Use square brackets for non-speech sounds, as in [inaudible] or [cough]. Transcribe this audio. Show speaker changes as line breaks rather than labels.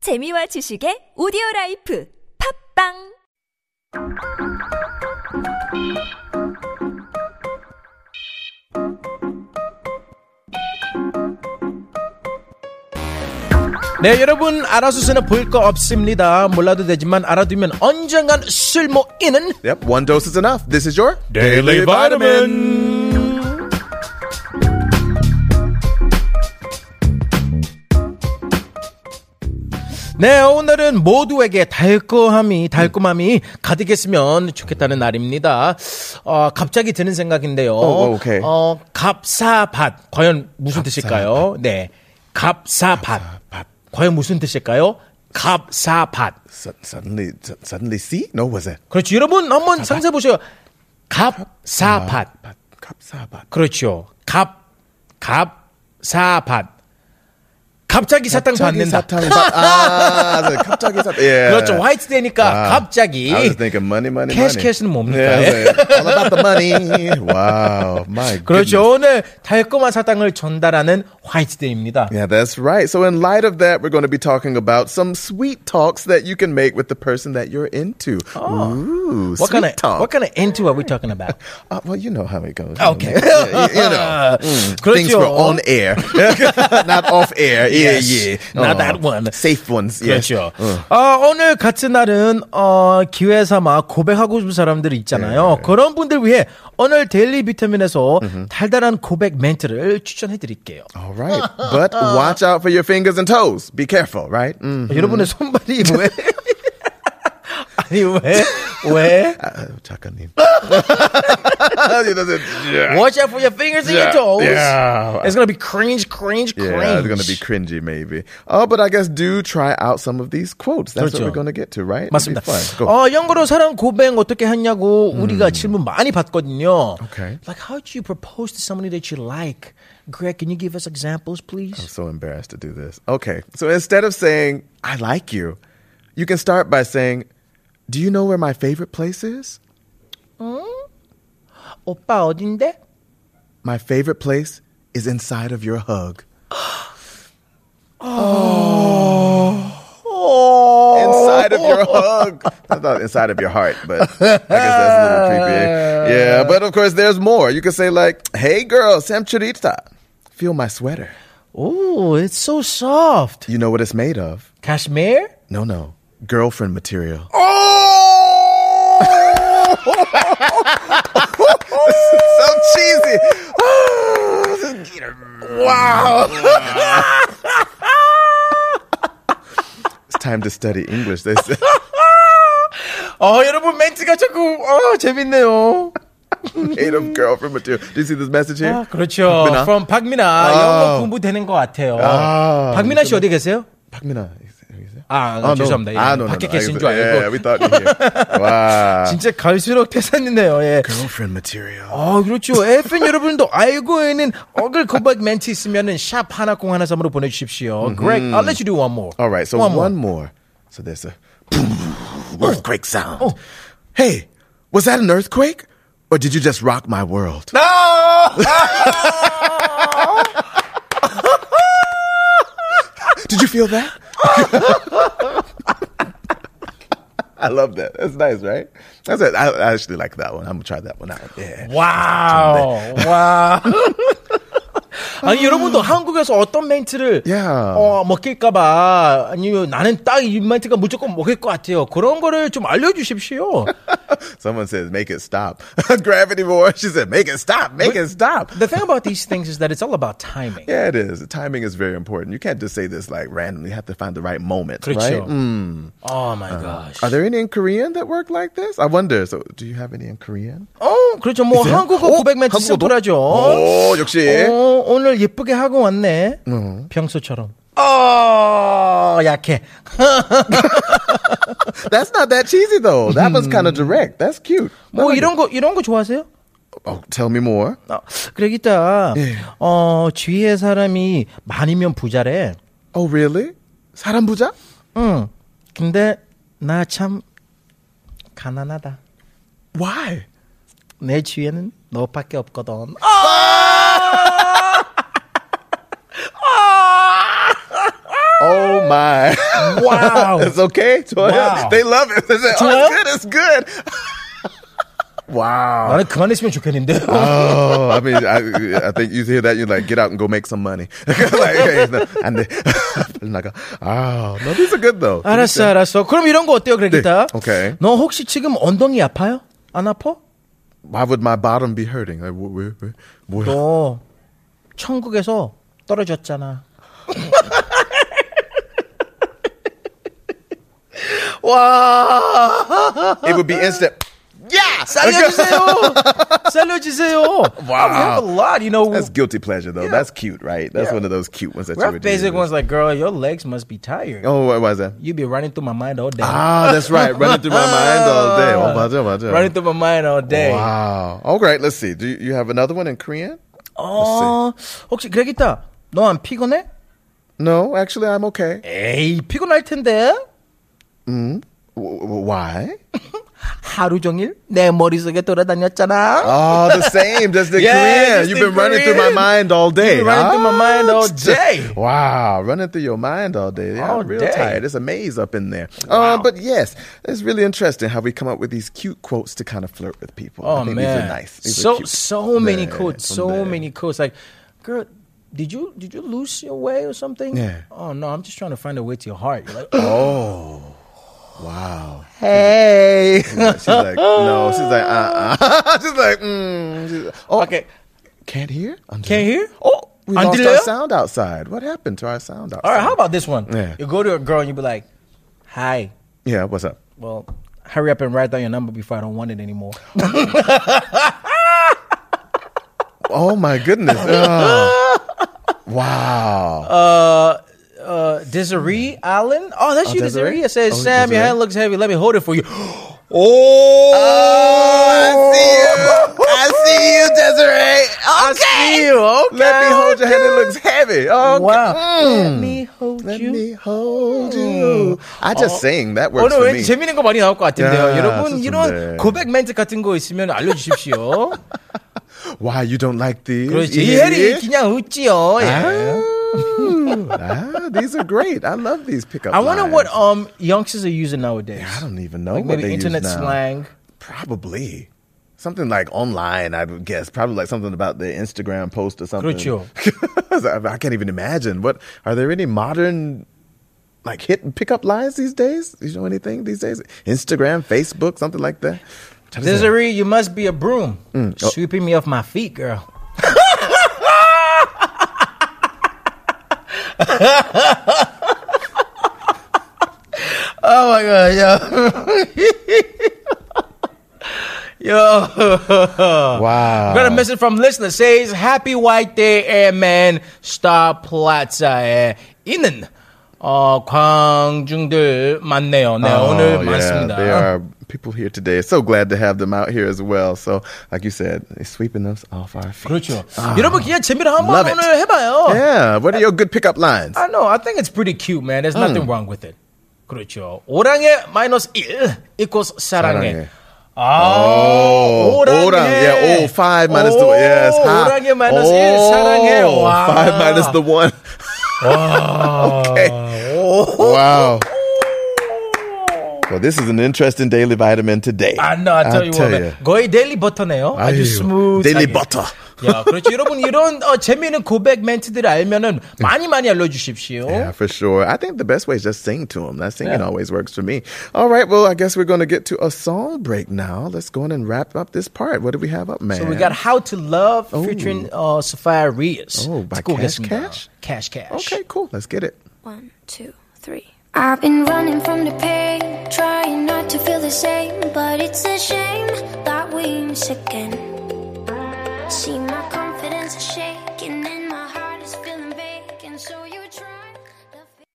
재미와 지식의 오디오 라이프 팝빵
네, 여러분 알아서 쓰는 볼 거 없습니다. 몰라도 되지만 알아두면 언젠간 쓸모 있는
Yep, one dose is enough. This is your
Daily Vitamin. 네, 오늘은 모두에게 달콤함이 달콤함이 가득했으면 좋겠다는 날입니다. 어, 갑자기 드는 생각인데요.
오, 오, 오케이.
어, 갑사밭 과연 무슨 뜻일까요? 네, 갑사밭. 과연 무슨 뜻일까요? 갑사밭.
Su- suddenly, su- suddenly, see? No, was it?
그렇죠. 여러분 한번 상세 보세요. 갑사밭.
But kapsabat.
그렇죠. 갑, 갑, 사, 밭. 갑자기 사탕 받는다.
사탕 받. 아, 그래서 갑자기 사탕. Yeah.
그렇죠. 화이트 데니까
아,
갑자기.
I was thinking money, money,
캐시
money.
캐시는 뭡니까?
Yeah, I was like, all about the money. Wow,
[laughs]
my
그렇죠. 오늘
goodness.
달콤한 사탕을 전달하는 화이트 데이입니다.
Yeah, that's right. So, in light of that, we're going to be talking about some sweet talks that you can make with the person that you're into. Ooh,
Oh. What
sweet
kind of
talk.
what kind of into are we talking
[laughs]
about?
Uh, well, you know how it goes.
Okay.
[laughs] Yeah, you, you
[laughs]
know, 음. things
그렇죠.
were on air, [laughs] not off air. Yeah,
Yes.
yeah. Oh.
Not that one.
Safe ones. Mm. Yeah.
그렇죠.
어.
아, 오늘 같은 날은 어, 기회 삼아 고백하고 싶은 사람들
예.
있잖아요. 그런 분들 위해 오늘 데일리 비타민에서 달달한 고백 멘트를 추천해 드릴게요.
All right,
[laughs]
but watch out for your fingers and toes. Be careful, right? Mm.
음. 여러분의 손발이 왜 [laughs] 아니 왜 왜?
Uh, [laughs] 작가님. You know, yeah.
Watch out for your fingers and your
Yeah.
toes.
Yeah.
It's gonna be cringe, cringe, cringe.
Yeah, it's gonna be cringy, maybe. Oh, but I guess do try out some of these quotes. That's
그렇죠.
what we're gonna get to, right? It'll be
맞습니다.
fun. Go.
어, 영어로 사랑 고백 어떻게 하냐고 우리가 질문 많이 받거든요.
Okay.
Like how do you propose to somebody that you like? Greg, can you give us examples,
I'm
please?
so embarrassed to do this. Okay. So instead of saying, I like you, you can start by saying, Do you know where my favorite place is?
오빠 어딘데?
My favorite place is inside of your hug.
어. Oh.
Inside of your hug. [laughs] I thought inside of your heart, but I guess that's a little creepy. Yeah, but of course, there's more. You can say, like, Hey girl, Samchurita, feel my sweater.
Oh, it's so soft.
You know what it's made of?
Cashmere?
No, no, girlfriend [laughs] material. Oh! so cheesy. [gasps] wow. [laughs] it's time to study English. They said.
어, 여러분 멘트가 조금 어, 재밌네요.
Made of girlfriend material. Do you see this message here?
아, 그렇죠. From 박민아 영어 공부되는 것 같아요.
아,
박민아 씨 어디 계세요?
박민아. 여기세요?
아,
Oh, no.
죄송합니다. 예,
아, no, no,
밖에
no.
계신 줄 알고.
Yeah, we thought you [laughs] were here. 와.
진짜 갈수록 [laughs] 태산이네요. 예.
girlfriend material.
아 그렇죠. FN 여러분도 알고 있는 어글 고백 멘트 있으면은 샵 하나 공 하나 삼으로 보내주십시오. Greg, I'll let you do one more.
All right, so one, more. So there's a earthquake sound. Hey, was that an earthquake? Or did you just rock my world? Did you feel that? [laughs] I love that. That's nice, right? That's it. I, I actually like that one. I'm gonna try that one out. Yeah.
와우, 와. 아니 여러분도 한국에서 어떤 멘트를
Yeah.
어, 먹힐까봐 아니면 나는 딱 이 멘트가 무조건 먹힐 것 같아요. 그런 거를 좀 알려주십시오.
Someone says, "Make it stop." [laughs] Gravity War. She said, "Make it stop. Make it stop."
The thing about these things is that it's all about timing.
Yeah, it is. Timing is very important. You can't just say this like randomly. You have to find the right moment, right? 음. 아.
그렇죠. Oh my gosh.
Are there any in Korean that work like this? I wonder. So, do you have any in Korean?
어, 그렇죠. 뭐 한국어 고백 멘트
한국어도?
심플하죠.
오, 예. 역시.
어, 오늘 예쁘게 하고 왔네. 평소처럼. 어, 약해.
That's not that cheesy though. That was kind of direct. That's cute.
뭐 이런 거 이런 거 좋아하세요?
Oh, tell me more.
어, 그러겠다. 어, 주위에 사람이 많으면 부자래.
Oh, really? 사람 부자?
응. 근데 나 참 가난하다.
Why?
내 주위에는 너밖에 없거든. 아!
Oh, Oh my.
Wow.
[laughs] it's okay. Toya.
Wow.
They love it. They say,
Toya?
oh, it's good. [laughs] It's good. wow.
나는 그만했으면 좋겠는데.
Oh, I mean, I, I think you hear that, you're like, get out and go make some money. [laughs] like, hey, no, and then, [laughs] like, oh, no, these are good though.
알았어, 알았어. 그럼 이런 거 어때요, 그래기타?
네, 오케이.
너 혹시 지금 엉덩이 아파요? 안 아파?
Why would my bottom be hurting? Like, wh- wh- wh- 뭐야?
너 천국에서 떨어졌잖아. [laughs] 와,
It would be instant. Yeah, [laughs]
살려주세요. 살려주세요.
Wow.
Oh, We have a lot, you know.
That's guilty pleasure though. That's cute, right? That's
Yeah.
one of those cute ones that
we
you
have
would
basic
use.
ones like, girl, your legs must be tired.
Oh, what was that?
You be running through my mind all day. Uh,
Ah, that's
[laughs]
right. Running through my mind all day. Oh, 맞아, 맞아.
running through my mind all day.
Wow. All right, let's see. Do you, you have another one in Korean?
어, Oh, 혹시 그래기타, 너 안 피곤해?
No, actually, I'm okay.
에이, 피곤할 텐데.
W- w- why?
하루 종일 내 머릿속에 돌아다녔잖아.
Oh, the same. Just
[laughs]
the
Yeah,
Korean.
just
You've
in
been running through my
Korean.
mind all day.
been running through my mind all
진짜.
day.
Wow, running through your mind all day. Yeah,
All
I'm real
day.
tired. It's a maze up in there. Um, but yes, it's really interesting how we come up with these cute quotes to kind of flirt with people. I
Oh
think
man,
these are nice. These are
so
cute.
so many
There,
quotes,
from
so
there.
many quotes. Like, girl, did you did you lose your way or something?
Yeah.
Oh no, I'm just trying to find a way to your heart. You're like, oh,
Oh, wow.
hey.
[laughs] She's like, no.
[laughs]
She's like, uh, uh [laughs] She's like, mm. She's like, oh,
okay,
Can't hear? I'm
can't hear?
Oh, we
안
lost
들려요?
our sound outside. What happened to our sound outside?
All right, how about this one?
Yeah.
You go to a girl and you be like, "Hi,
Yeah, what's up?
well, hurry up and write down your number before I don't want it anymore."
Oh my
[laughs]
goodness. Ugh. wow.
Uh, Desiree Allen. Oh, that's you, Desiree.
Desiree?
It says,
Oh,
"Sam, your
Desiree.
hand looks heavy. Let me hold it
[gasps]
for you." oh,
[laughs] I see you, Desiree.
I see you. Okay.
Let me hold your hand. It looks heavy. Oh,
Wow. Let me hold
Let
you. Oh.
me hold you. I just sang. That works
오늘
for
왠지
me.
Oh, 재밌는 거 많이 나올 것 같은데요.
야,
여러분 이런
좋던데.
고백 멘트 같은 거 있으면
[laughs]
알려주십시오.
Why you don't like these?
그렇지.
Yeah.
이혜리 그냥 웃지요. 예.
Oh. [laughs] ah, these are great. I love these pickup
I wonder
lines.
what um youngsters are using nowadays.
I don't even know
Like
what
maybe
they
internet
use now.
slang.
Probably. Something like online, I would guess. Probably like something about the Instagram post or something.
그렇죠.
[laughs] I I can't even imagine. What are there any modern like hit and pickup lines these days? You know anything these days? Instagram, Facebook, something like that. Mm, oh.
Desiree, you must be a broom sweeping me off my feet, girl. [laughs] oh my god, yo, [laughs] yo.
Wow.
Got a message from listener says Happy White Day, Airman Star Plaza에 있는 어 광중들 많네요. 네
Oh,
오늘
yeah,
많습니다.
there are people here today. So glad to have them out here as well. So, like you said, they're sweeping us off our feet.
그렇죠. 여러분 그냥 재미로 한번
Ah. Love it.
오늘 해봐요.
Yeah. What are your good pickup lines?
I know. I think it's pretty cute, man.
Hmm.
There's nothing wrong with it. 그렇죠. 오랑의 마이너스 1 equals 사랑해.
사랑해.
아,
Oh,
오랑의.
orang. Yeah, oh, five minus the
오,
one. Yes, hi.
오랑의 마이너스 1
Oh,
사랑해. 와.
Five minus
[laughs]
the one. okay. Wow. Well, this is an interesting daily vitamin today.
I know. I tell you what, man. 거의 데일리 버터네요. 아주
아, 예. 아유,
스무드.
데일리 버터.
야, 그렇죠. 여러분 이런 어, 재미있는 고백 멘트들을 알면은 많이 많이 알려주십시오.
Yeah, for sure. I think the best way is just sing to them. That singing always works for me. All right, well, I guess we're going to get to a song break now. Let's go on and wrap up this part. What do we have up, man?
So we got How to Love featuring uh, Sophia Reyes.
Oh, by
듣고
Cash
오겠습니다.
Cash?
Cash Cash.
Okay, cool. Let's get it.
One, two, three. I've been running from the pain, trying not to feel the same, but it's a shame that we miss again. See my car.